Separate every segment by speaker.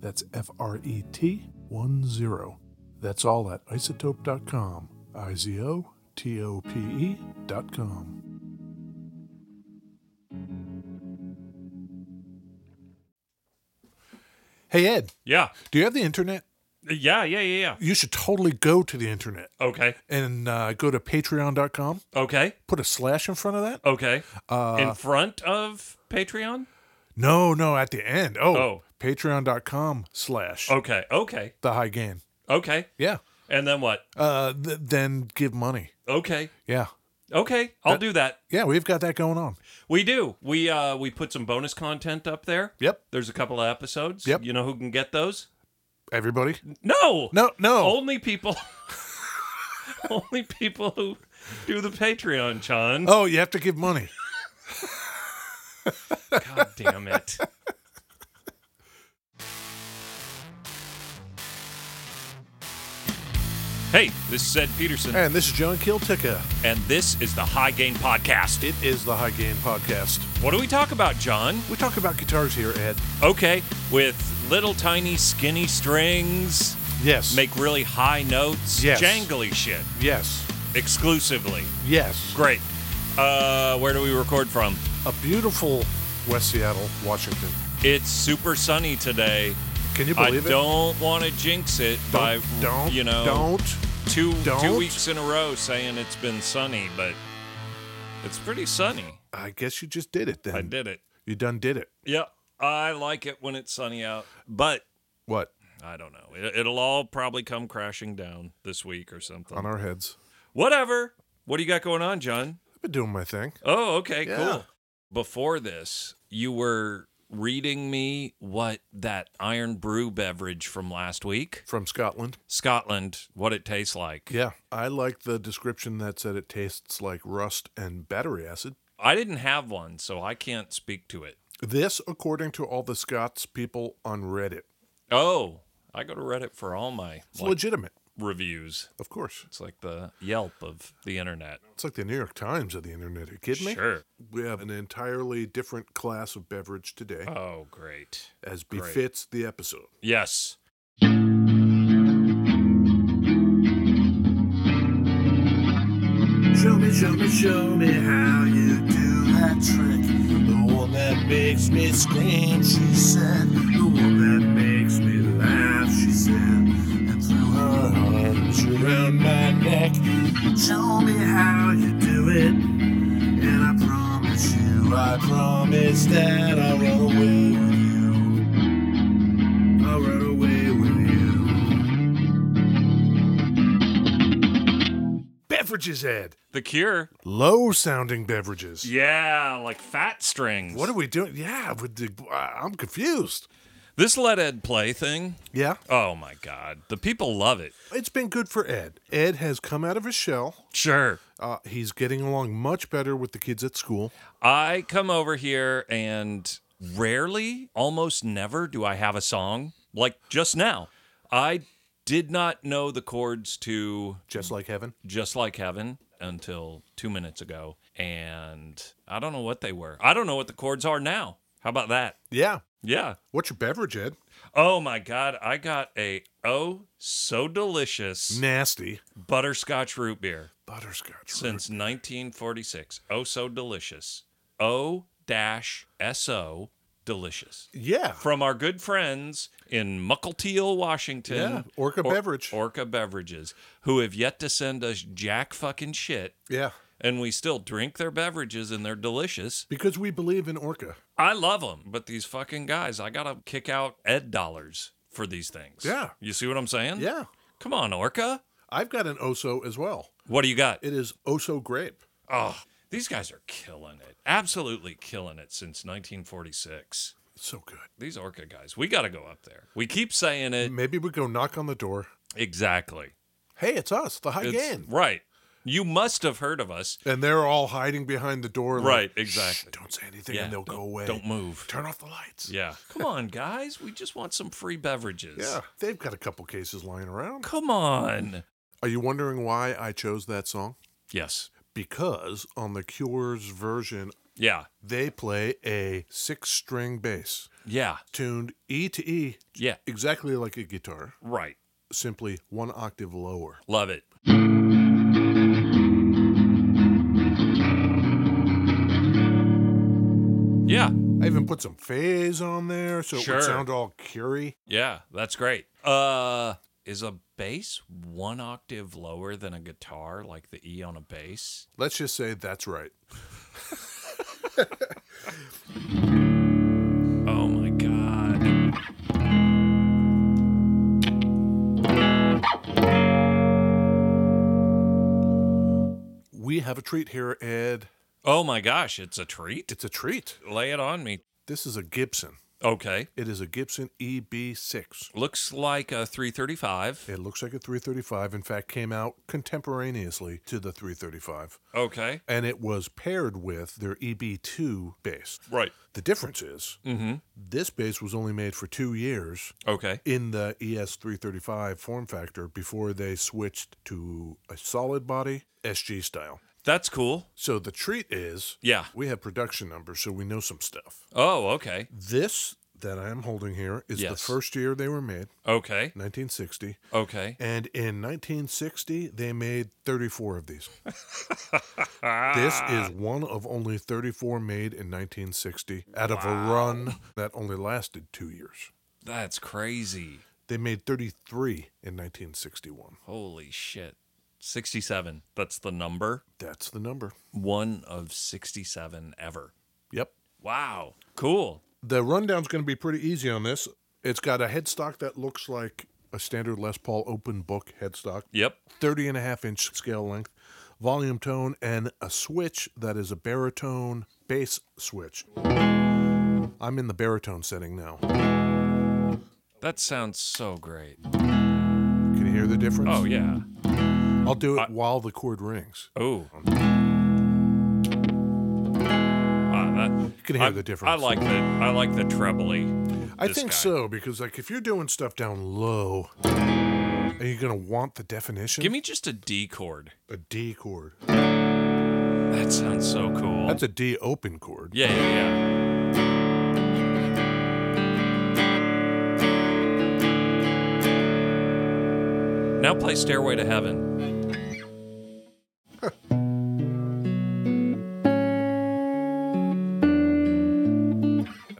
Speaker 1: That's F R E T 1 0. That's all at isotope.com. I Z O T O P E dot com. Hey, Ed,
Speaker 2: Yeah.
Speaker 1: do you have the internet?
Speaker 2: Yeah, yeah, yeah,
Speaker 1: You should totally go to the internet
Speaker 2: yeah. Okay.
Speaker 1: and uh, go to patreon.com,
Speaker 2: Okay.
Speaker 1: put a slash in front of that.
Speaker 2: Okay. In front of Patreon?
Speaker 1: No, no, at the end. Oh,
Speaker 2: Oh.
Speaker 1: patreon.com slash
Speaker 2: Okay. Okay.
Speaker 1: the high gain.
Speaker 2: Okay.
Speaker 1: Yeah.
Speaker 2: And then what?
Speaker 1: Uh, th- then give money.
Speaker 2: Okay.
Speaker 1: Yeah.
Speaker 2: Okay. I'll do that.
Speaker 1: Yeah, we've got that going on.
Speaker 2: We do. We uh we put some bonus content up there.
Speaker 1: Yep.
Speaker 2: There's a couple of episodes.
Speaker 1: Yep.
Speaker 2: You know who can get those?
Speaker 1: Everybody?
Speaker 2: No.
Speaker 1: No, no.
Speaker 2: Only people Only people who do the Patreon, John.
Speaker 1: Oh, you have to give money.
Speaker 2: God damn it. Hey, this is Ed Peterson,
Speaker 1: And this is John Kiltica.
Speaker 2: and this is the High Gain Podcast.
Speaker 1: It is the High Gain Podcast.
Speaker 2: What do we talk about, John?
Speaker 1: We talk about guitars here, Ed.
Speaker 2: Okay, with little tiny skinny strings,
Speaker 1: Yes.
Speaker 2: make really high notes,
Speaker 1: Yes.
Speaker 2: jangly shit,
Speaker 1: yes.
Speaker 2: exclusively.
Speaker 1: Yes.
Speaker 2: Great. Uh, where do we record from?
Speaker 1: A beautiful West Seattle, Washington.
Speaker 2: It's super sunny today.
Speaker 1: Can you
Speaker 2: I
Speaker 1: believe it?
Speaker 2: don't want to jinx it
Speaker 1: Don't-
Speaker 2: by
Speaker 1: don't
Speaker 2: you know
Speaker 1: don't.
Speaker 2: 2
Speaker 1: Don't.
Speaker 2: two weeks in a row saying it's been sunny, but it's pretty sunny.
Speaker 1: I guess you just did it then.
Speaker 2: I did it.
Speaker 1: You done did it.
Speaker 2: Yeah, I like it when it's sunny out, but
Speaker 1: What?
Speaker 2: I don't know. It, it'll all probably come crashing down this week or something.
Speaker 1: On our heads.
Speaker 2: Whatever. What do you got going on, John?
Speaker 1: I've been doing my thing.
Speaker 2: Oh, okay,
Speaker 1: Yeah.
Speaker 2: cool. Before this, you were reading me what that iron brew beverage from last week,
Speaker 1: From Scotland.
Speaker 2: Scotland, what it tastes like.
Speaker 1: Yeah. I like the description that said it tastes like rust and battery acid.
Speaker 2: I didn't have one, so I can't speak to it.
Speaker 1: This, according to all the Scots people on Reddit.
Speaker 2: Oh, I go to Reddit for all my
Speaker 1: It's
Speaker 2: like,
Speaker 1: legitimate,
Speaker 2: reviews.
Speaker 1: of course.
Speaker 2: It's like the Yelp of the internet.
Speaker 1: It's like the New York Times of the internet. Are you kidding me?
Speaker 2: Sure.
Speaker 1: We have an entirely different class of beverage today,
Speaker 2: Oh, great.
Speaker 1: as befits the episode.
Speaker 2: Yes.
Speaker 3: Show me, show me, show me how you do that trick. The one that makes me scream, she said. The one that makes me laugh, she said. And threw her arms around my neck. Show me how you do it. And I promise you, I promise that I'll run away with you. I'll run away with you.
Speaker 1: Beverages, Ed.
Speaker 2: The Cure.
Speaker 1: Low sounding beverages.
Speaker 2: Yeah, like fat strings.
Speaker 1: What are we doing? Yeah, with the, uh, I'm confused.
Speaker 2: this let Ed play thing?
Speaker 1: Yeah.
Speaker 2: Oh my God. The people love it.
Speaker 1: It's been good for Ed. Ed has come out of his shell.
Speaker 2: Sure.
Speaker 1: Uh, he's getting along much better with the kids at school.
Speaker 2: I come over here and rarely, almost never, do I have a song like just now. I Did not know the chords to
Speaker 1: Just like heaven.
Speaker 2: Just Like Heaven until two minutes ago. And I don't know what they were. I don't know what the chords are now. How about that?
Speaker 1: Yeah.
Speaker 2: Yeah.
Speaker 1: What's your beverage, Ed?
Speaker 2: Oh my God. I got a oh so delicious
Speaker 1: Nasty
Speaker 2: butterscotch root beer
Speaker 1: butterscotch.
Speaker 2: since 1946. Oh so delicious. O dash S O delicious.
Speaker 1: yeah.
Speaker 2: From our good friends in Muckleteal, Washington.
Speaker 1: Yeah, Orca Beverage.
Speaker 2: Orca Beverages, who have yet to send us jack fucking shit
Speaker 1: yeah.
Speaker 2: and we still drink their beverages and they're delicious.
Speaker 1: Because we believe in Orca.
Speaker 2: I love them, but these fucking guys, I gotta kick out Ed dollars for these things.
Speaker 1: Yeah.
Speaker 2: You see what I'm saying?
Speaker 1: Yeah.
Speaker 2: Come on, Orca.
Speaker 1: I've got an Oso as well.
Speaker 2: What do you got?
Speaker 1: It is Oso grape.
Speaker 2: Oh, these guys are killing it. Absolutely killing it since 1946.
Speaker 1: It's so good.
Speaker 2: These Orca guys, we gotta go up there. We keep saying it.
Speaker 1: Maybe we go knock on the door.
Speaker 2: Exactly.
Speaker 1: Hey, it's us, the High
Speaker 2: It's-
Speaker 1: Gang.
Speaker 2: Right. You must have heard of us.
Speaker 1: And they're all hiding behind the door. like,
Speaker 2: Right, exactly.
Speaker 1: "Shh, don't say anything
Speaker 2: Yeah,
Speaker 1: and they'll
Speaker 2: don't-
Speaker 1: go away.
Speaker 2: don't move.
Speaker 1: Turn off the lights.
Speaker 2: Yeah. Come on, guys. We just want some free beverages.
Speaker 1: Yeah. They've got a couple cases lying around.
Speaker 2: Come on.
Speaker 1: Are you wondering why I chose that song?
Speaker 2: Yes.
Speaker 1: Because on The Cure's version,
Speaker 2: Yeah.
Speaker 1: they play a six string bass
Speaker 2: Yeah.
Speaker 1: tuned E to E,
Speaker 2: Yeah.
Speaker 1: exactly like a guitar,
Speaker 2: Right.
Speaker 1: simply one octave lower.
Speaker 2: Love it. Yeah.
Speaker 1: I even put some phase on there so it
Speaker 2: Sure.
Speaker 1: would sound all curie.
Speaker 2: Yeah. That's great. Uh, is a bass one octave lower than a guitar, like the E on a bass?
Speaker 1: Let's just say that's right.
Speaker 2: Oh my God.
Speaker 1: We have a treat here, Ed.
Speaker 2: Oh my gosh. It's a treat.
Speaker 1: It's a treat.
Speaker 2: Lay it on me.
Speaker 1: This is a Gibson.
Speaker 2: Okay.
Speaker 1: It is a Gibson EB6.
Speaker 2: Looks like a 335.
Speaker 1: It looks like a 335. In fact, came out contemporaneously to the 335,
Speaker 2: Okay.
Speaker 1: and it was paired with their EB2 bass.
Speaker 2: Right.
Speaker 1: The difference is this bass was only made for two years
Speaker 2: Mm-hmm. Okay.
Speaker 1: in the E ES335 form factor before they switched to a solid body SG style.
Speaker 2: That's cool.
Speaker 1: So the treat is
Speaker 2: Yeah.
Speaker 1: we have production numbers, so we know some stuff.
Speaker 2: Oh, okay.
Speaker 1: This that I am holding here is the
Speaker 2: Yes.
Speaker 1: first year they were made,
Speaker 2: Okay.
Speaker 1: 1960.
Speaker 2: Okay.
Speaker 1: And in 1960, they made 34 of these. this is one of only 34 made in 1960 out of a run that only lasted two years.
Speaker 2: That's crazy.
Speaker 1: They made 33 in 1961.
Speaker 2: Holy shit. 67. That's the number.
Speaker 1: That's the number.
Speaker 2: One of 67 ever.
Speaker 1: Yep.
Speaker 2: Wow. Cool.
Speaker 1: The rundown's going to be pretty easy on this. It's got a headstock that looks like a standard Les Paul open book headstock,
Speaker 2: Yep.
Speaker 1: 30 and a half inch scale length, volume tone, and a switch that is a baritone bass switch. I'm in the baritone setting now.
Speaker 2: That sounds so great.
Speaker 1: Can you hear the difference?
Speaker 2: Oh, yeah.
Speaker 1: I'll do it while the chord rings.
Speaker 2: Oh. Wow, that,
Speaker 1: You can hear
Speaker 2: I,
Speaker 1: the difference.
Speaker 2: I like the I like the trebly.
Speaker 1: I
Speaker 2: this
Speaker 1: think
Speaker 2: guy.
Speaker 1: so because like if you're doing stuff down low, are you gonna want the definition?
Speaker 2: Give me just a D chord.
Speaker 1: a D chord.
Speaker 2: That sounds so cool.
Speaker 1: That's a D open chord.
Speaker 2: yeah, yeah, yeah. Now play Stairway to Heaven.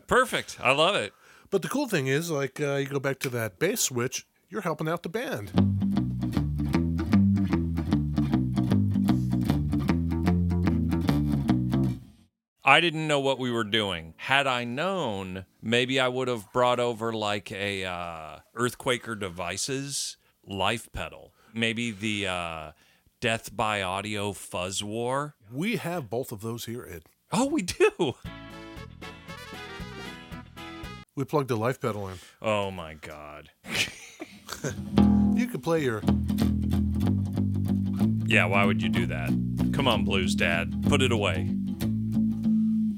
Speaker 2: Perfect. I love it.
Speaker 1: But the cool thing is, like, uh, you go back to that bass switch, you're helping out the band.
Speaker 2: I didn't know what we were doing. Had I known, maybe I would have brought over like a uh, Earthquaker Devices life pedal. Maybe the uh, Death by Audio Fuzz War.
Speaker 1: We have both of those here, Ed.
Speaker 2: Oh, we do.
Speaker 1: We plugged a life pedal in.
Speaker 2: Oh my God.
Speaker 1: You could play your.
Speaker 2: Yeah, why would you do that? Come on, Blues Dad. Put it away.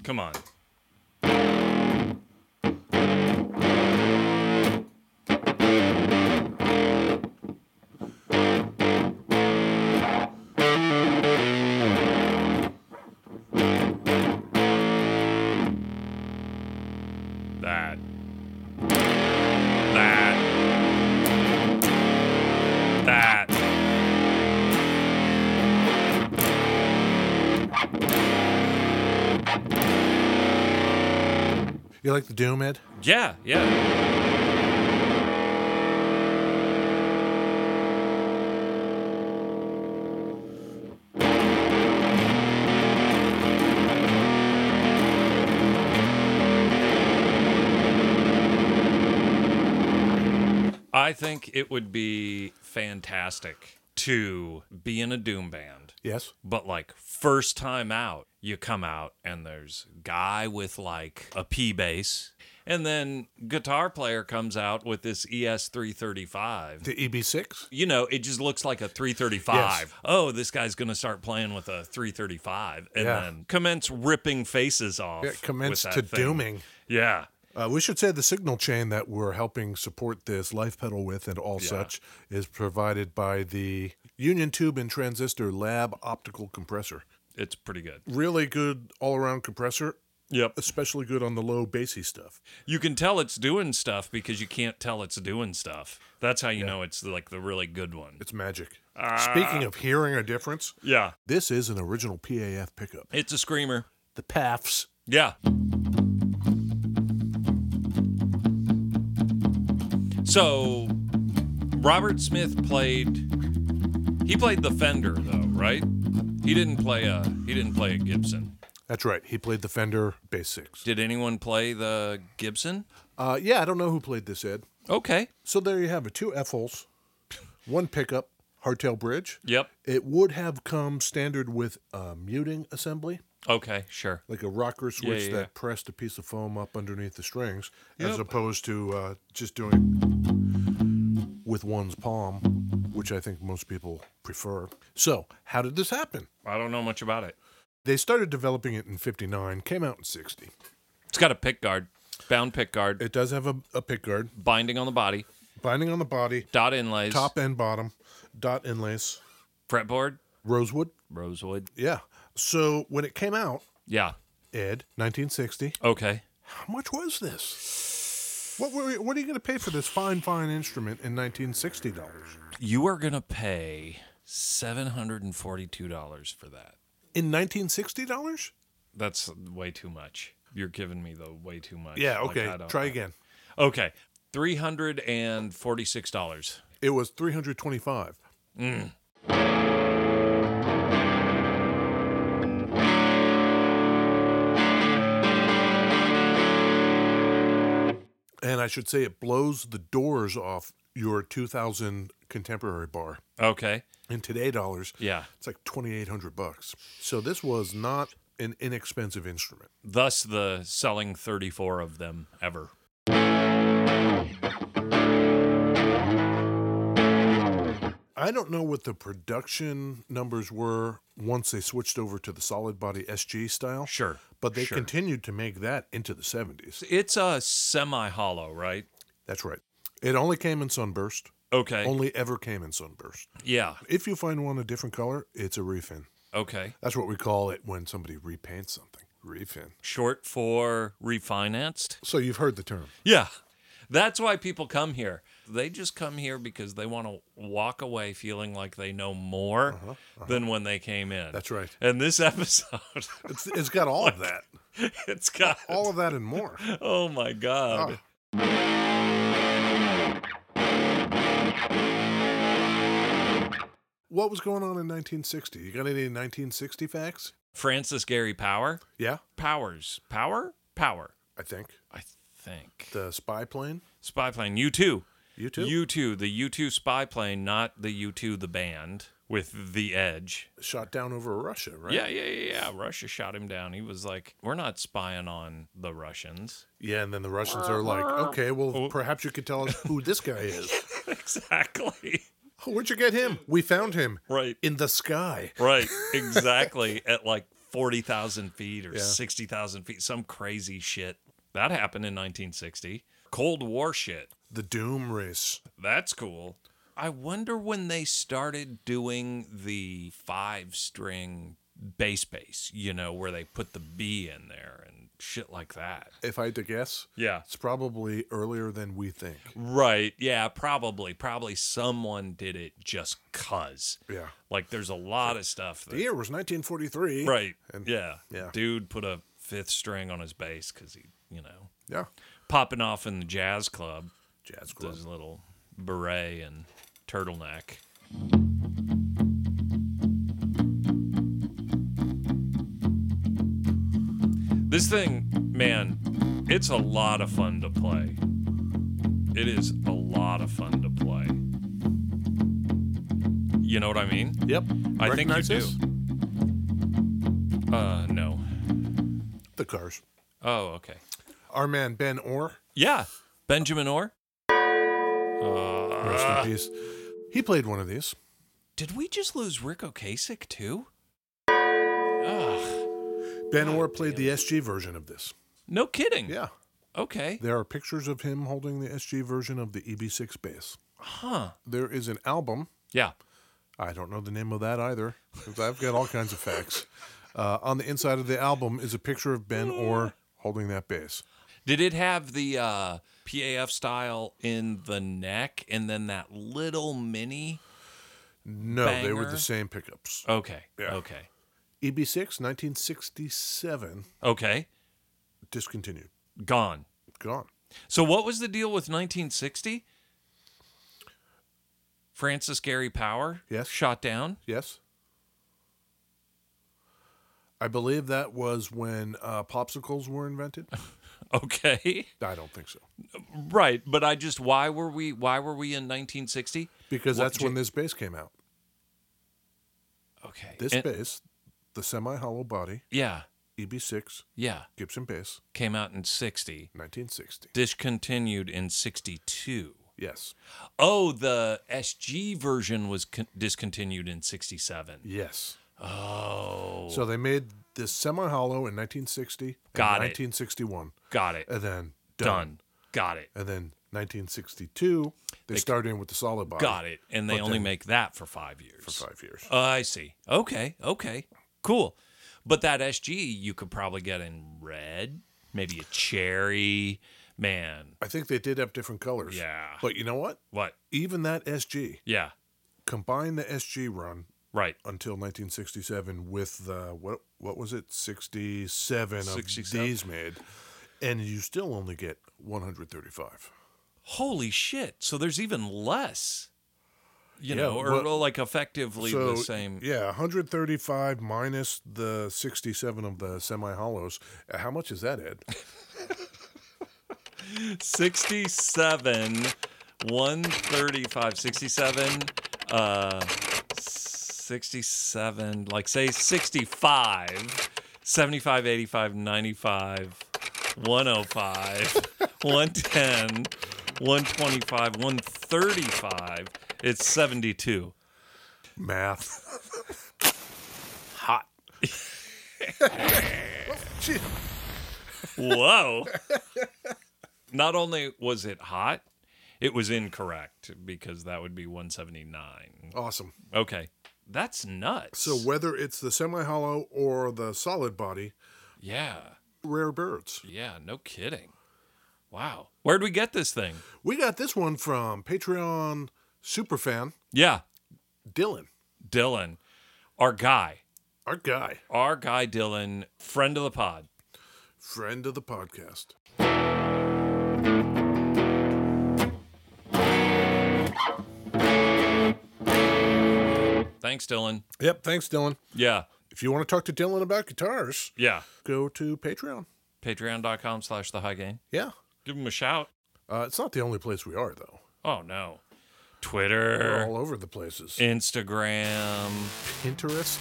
Speaker 2: Come on. That. That.
Speaker 1: You like the Doom, Ed?
Speaker 2: Yeah, yeah. I think it would be fantastic to be in a doom band
Speaker 1: Yes.
Speaker 2: but like first time out, you come out and there's guy with like a P bass, and then guitar player comes out with this ES three thirty five.
Speaker 1: The E EB6?
Speaker 2: You know, it just looks like a 335. Oh, this guy's going to start playing with a 335 and
Speaker 1: Yeah.
Speaker 2: then commence ripping faces off.
Speaker 1: Yeah, commence
Speaker 2: with
Speaker 1: to
Speaker 2: that thing.
Speaker 1: dooming.
Speaker 2: Yeah.
Speaker 1: Uh, we should say the signal chain that we're helping support this life pedal with and all such is provided by the Union Tube and Transistor Lab Optical Compressor.
Speaker 2: It's pretty good.
Speaker 1: Really good all around compressor,
Speaker 2: Yep.
Speaker 1: especially good on the low bassy stuff.
Speaker 2: You can tell it's doing stuff because you can't tell it's doing stuff. That's how you know it's like the really good one.
Speaker 1: It's magic.
Speaker 2: Uh,
Speaker 1: Speaking of hearing a difference,
Speaker 2: Yeah.
Speaker 1: this is an original PAF pickup.
Speaker 2: It's a screamer.
Speaker 1: The PAFs.
Speaker 2: Yeah. So Robert Smith played he played the Fender though, right? He didn't play a he didn't play a Gibson.
Speaker 1: That's right. He played the Fender Bass 6.
Speaker 2: Did anyone play the Gibson?
Speaker 1: Uh, yeah, I don't know who played this, Ed.
Speaker 2: Okay.
Speaker 1: So there you have it. Two F holes, one pickup, hardtail bridge.
Speaker 2: Yep.
Speaker 1: It would have come standard with a muting assembly,
Speaker 2: Okay, sure.
Speaker 1: like a rocker switch
Speaker 2: yeah, yeah.
Speaker 1: that pressed a piece of foam up underneath the strings, as opposed to uh, just doing with one's palm, which I think most people prefer. So, how did this happen?
Speaker 2: I don't know much about it.
Speaker 1: They started developing it in 59, came out in 60.
Speaker 2: It's got a pick guard, bound pick guard,
Speaker 1: It does have a, a pick guard,
Speaker 2: binding on the body,
Speaker 1: binding on the body,
Speaker 2: dot inlays,
Speaker 1: top and bottom, dot inlays,
Speaker 2: fretboard,
Speaker 1: rosewood.
Speaker 2: rosewood.
Speaker 1: Yeah. So, when it came out,
Speaker 2: Yeah.
Speaker 1: Ed, 1960,
Speaker 2: Okay.
Speaker 1: How much was this? What were what are you going to pay for this fine fine instrument in 1960 dollars?
Speaker 2: You are going to pay $742 for that.
Speaker 1: In 1960 dollars?
Speaker 2: That's way too much. You're giving me the way too much.
Speaker 1: Yeah,
Speaker 2: Like,
Speaker 1: okay.
Speaker 2: I don't-
Speaker 1: Try again.
Speaker 2: Okay. $346.
Speaker 1: It was 325. And I should say it blows the doors off your 2000 contemporary bar.
Speaker 2: Okay.
Speaker 1: In today dollars,
Speaker 2: Yeah.
Speaker 1: It's like 2800 bucks. So this was not an inexpensive instrument.
Speaker 2: Thus the selling 34 of them ever.
Speaker 1: I don't know what the production numbers were once they switched over to the solid body SG style.
Speaker 2: Sure.
Speaker 1: But they
Speaker 2: sure.
Speaker 1: continued to make that into the 70s.
Speaker 2: It's a semi hollow, right?
Speaker 1: That's right. It only came in sunburst.
Speaker 2: Okay.
Speaker 1: Only ever came in sunburst.
Speaker 2: yeah.
Speaker 1: If you find one a different color, it's a refin.
Speaker 2: Okay.
Speaker 1: That's what we call it when somebody repaints something. Refin.
Speaker 2: Short for refinanced.
Speaker 1: So you've heard the term.
Speaker 2: Yeah. That's why people come here. They just come here because they want to walk away feeling like they know more than when they came in.
Speaker 1: Uh-huh, That's right.
Speaker 2: And this episode,
Speaker 1: It's, it's got all of that.
Speaker 2: it's got,
Speaker 1: All of that and more.
Speaker 2: oh my God.
Speaker 1: Ah. What was going on in 1960? You got any 1960 facts?
Speaker 2: Francis Gary Power?
Speaker 1: Yeah,
Speaker 2: Powers. Power? Power.
Speaker 1: I think.
Speaker 2: I think.
Speaker 1: The spy plane?
Speaker 2: spy plane. U2.
Speaker 1: You too?
Speaker 2: U2. The U2 spy plane, not the U2, the band with the edge.
Speaker 1: Shot down over Russia, right?
Speaker 2: Yeah, yeah, yeah, yeah. Russia shot him down. He was like, we're not spying on the Russians.
Speaker 1: Yeah, and then the Russians are like, okay,
Speaker 2: Oh.
Speaker 1: well, perhaps you could tell us who this guy is.
Speaker 2: exactly.
Speaker 1: oh, where'd you get him? We found him
Speaker 2: Right.
Speaker 1: in the sky.
Speaker 2: Right. Exactly. At like 40,000 feet or 60,000 feet, some crazy shit. That happened in 1960. Cold War shit.
Speaker 1: The Doom race.
Speaker 2: That's cool. I wonder when they started doing the five string bass bass, you know, where they put the B in there and shit like that.
Speaker 1: If I had to guess,
Speaker 2: Yeah.
Speaker 1: it's probably earlier than we think.
Speaker 2: Right. Yeah, probably. Probably someone did it just cuz.
Speaker 1: Yeah.
Speaker 2: Like there's a lot of stuff
Speaker 1: The
Speaker 2: that
Speaker 1: year was 1943.
Speaker 2: Right.
Speaker 1: And-
Speaker 2: yeah.
Speaker 1: yeah.
Speaker 2: Dude put a fifth string on his bass cuz he, you know,
Speaker 1: Yeah.
Speaker 2: popping off in the jazz club,
Speaker 1: Jazz club.
Speaker 2: with his little beret and turtleneck. This thing, man, it's a lot of fun to play. It is a lot of fun to play. You know what I mean?
Speaker 1: Yep.
Speaker 2: I think you
Speaker 1: Recognize
Speaker 2: do.
Speaker 1: this?
Speaker 2: Uh, no.
Speaker 1: The Cars.
Speaker 2: Oh, okay.
Speaker 1: Our man Ben Orr,
Speaker 2: Yeah, Benjamin Orr. Ah. Uh,
Speaker 1: rest in peace. He played one of these.
Speaker 2: Did we just lose Rick Ocasek too? Ugh.
Speaker 1: Ben Orr played the SG version of this.
Speaker 2: No kidding.
Speaker 1: Yeah.
Speaker 2: Okay.
Speaker 1: There are pictures of him holding the SG version of the EB6 bass.
Speaker 2: Huh.
Speaker 1: There is an album.
Speaker 2: Yeah.
Speaker 1: I don't know the name of that either. 'cause I've got all kinds of facts. Uh, on the inside of the album is a picture of Ben Orr holding that bass.
Speaker 2: Did it have the uh, PAF style in the neck and then that little mini?
Speaker 1: No, they were
Speaker 2: Banger.
Speaker 1: the same pickups. E
Speaker 2: Okay.
Speaker 1: Yeah.
Speaker 2: Okay.
Speaker 1: EB6, 1967,
Speaker 2: Okay.
Speaker 1: discontinued,
Speaker 2: Gone.
Speaker 1: gone.
Speaker 2: So what was the deal with 1960? Francis Gary Power.
Speaker 1: Yes.
Speaker 2: Shot down.
Speaker 1: Yes. I believe that was when uh, popsicles were invented.
Speaker 2: Okay.
Speaker 1: I don't think so.
Speaker 2: right. But I just why were we why were we in 1960?
Speaker 1: Because
Speaker 2: Well,
Speaker 1: that's
Speaker 2: J-
Speaker 1: when this bass came out.
Speaker 2: Okay.
Speaker 1: This
Speaker 2: And-
Speaker 1: bass, the semi hollow body,
Speaker 2: Yeah.
Speaker 1: EB6,
Speaker 2: Yeah.
Speaker 1: Gibson bass,
Speaker 2: Came out in 60.
Speaker 1: 1960.
Speaker 2: Discontinued in 62.
Speaker 1: Yes.
Speaker 2: Oh, the SG version was con- discontinued in 67.
Speaker 1: Yes.
Speaker 2: Oh,
Speaker 1: So they made this semi hollow in 1960.
Speaker 2: Got it.
Speaker 1: and 1961.
Speaker 2: got it.
Speaker 1: And then
Speaker 2: Done.
Speaker 1: done.
Speaker 2: Got it.
Speaker 1: And then 1962, they, started in with the solid body.
Speaker 2: Got it. And they
Speaker 1: But
Speaker 2: only
Speaker 1: then-
Speaker 2: make that for five years.
Speaker 1: For five years.
Speaker 2: Oh, I see. Okay. Okay. Cool. But that SG you could probably get in red, maybe a cherry. Man.
Speaker 1: I think they did have different colors.
Speaker 2: Yeah.
Speaker 1: But you know what?
Speaker 2: What?
Speaker 1: Even that SG,
Speaker 2: Yeah.
Speaker 1: combine the SG run
Speaker 2: Right.
Speaker 1: until 1967 with the what what was it 67 of
Speaker 2: 67.
Speaker 1: these made and you still only get 135
Speaker 2: Holy shit. So there's even less. You
Speaker 1: Yeah,
Speaker 2: know, or
Speaker 1: well-
Speaker 2: like effectively the same.
Speaker 1: yeah 135 minus the 67 of the semi hollows how much is that ed
Speaker 2: 67 135 67 uh 67 like say 65 75 85 95 105 110 125 135 it's 72
Speaker 1: math
Speaker 2: hot
Speaker 1: Gee,
Speaker 2: Whoa. Not only was it hot, it was incorrect because that would be 179.
Speaker 1: awesome
Speaker 2: Okay. That's nuts.
Speaker 1: so whether it's the semi hollow or the solid body
Speaker 2: Yeah.
Speaker 1: rare birds
Speaker 2: Yeah. No kidding. Wow. Where'd we get this thing?
Speaker 1: we got this one from patreon superfan
Speaker 2: Yeah.
Speaker 1: dylan
Speaker 2: Dylan, our guy,
Speaker 1: our guy
Speaker 2: our guy Dylan, friend of the pod.
Speaker 1: friend of the podcast
Speaker 2: Thanks, Dylan.
Speaker 1: Yep. Thanks, Dylan.
Speaker 2: Yeah.
Speaker 1: If you want to talk to Dylan about guitars,
Speaker 2: Yeah.
Speaker 1: go to Patreon.
Speaker 2: Patreon.com slash the high gain.
Speaker 1: Yeah.
Speaker 2: Give him a shout.
Speaker 1: Uh, it's not the only place we are, though.
Speaker 2: Oh, no.
Speaker 1: We're
Speaker 2: Twitter,
Speaker 1: all over the places.
Speaker 2: Instagram.
Speaker 1: Pinterest,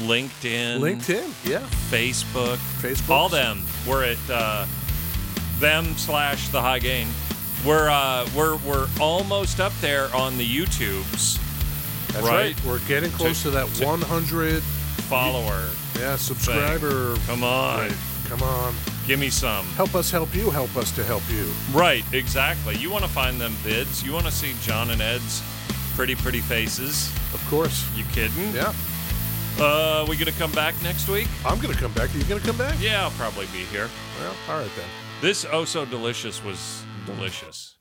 Speaker 2: LinkedIn,
Speaker 1: LinkedIn. Yeah.
Speaker 2: Facebook,
Speaker 1: Facebook.
Speaker 2: all them. We're at uh, them slash the high gain. We're uh, we're we're almost up there on the YouTube's
Speaker 1: That's
Speaker 2: Right.
Speaker 1: right. We're getting close to, that 100
Speaker 2: follower.
Speaker 1: yeah subscriber.
Speaker 2: Come on,
Speaker 1: Come on.
Speaker 2: give me some.
Speaker 1: Help us help you. Help us to help you.
Speaker 2: Right, exactly. You want to find them vids. You want to see John and Ed's pretty pretty faces.
Speaker 1: Of course.
Speaker 2: You kidding?
Speaker 1: Yeah.
Speaker 2: Uh, we gonna come back next week?
Speaker 1: I'm going to come back. Are you going to come back?
Speaker 2: Yeah, I'll probably be here.
Speaker 1: Well, all right then.
Speaker 2: This oh so delicious was delicious.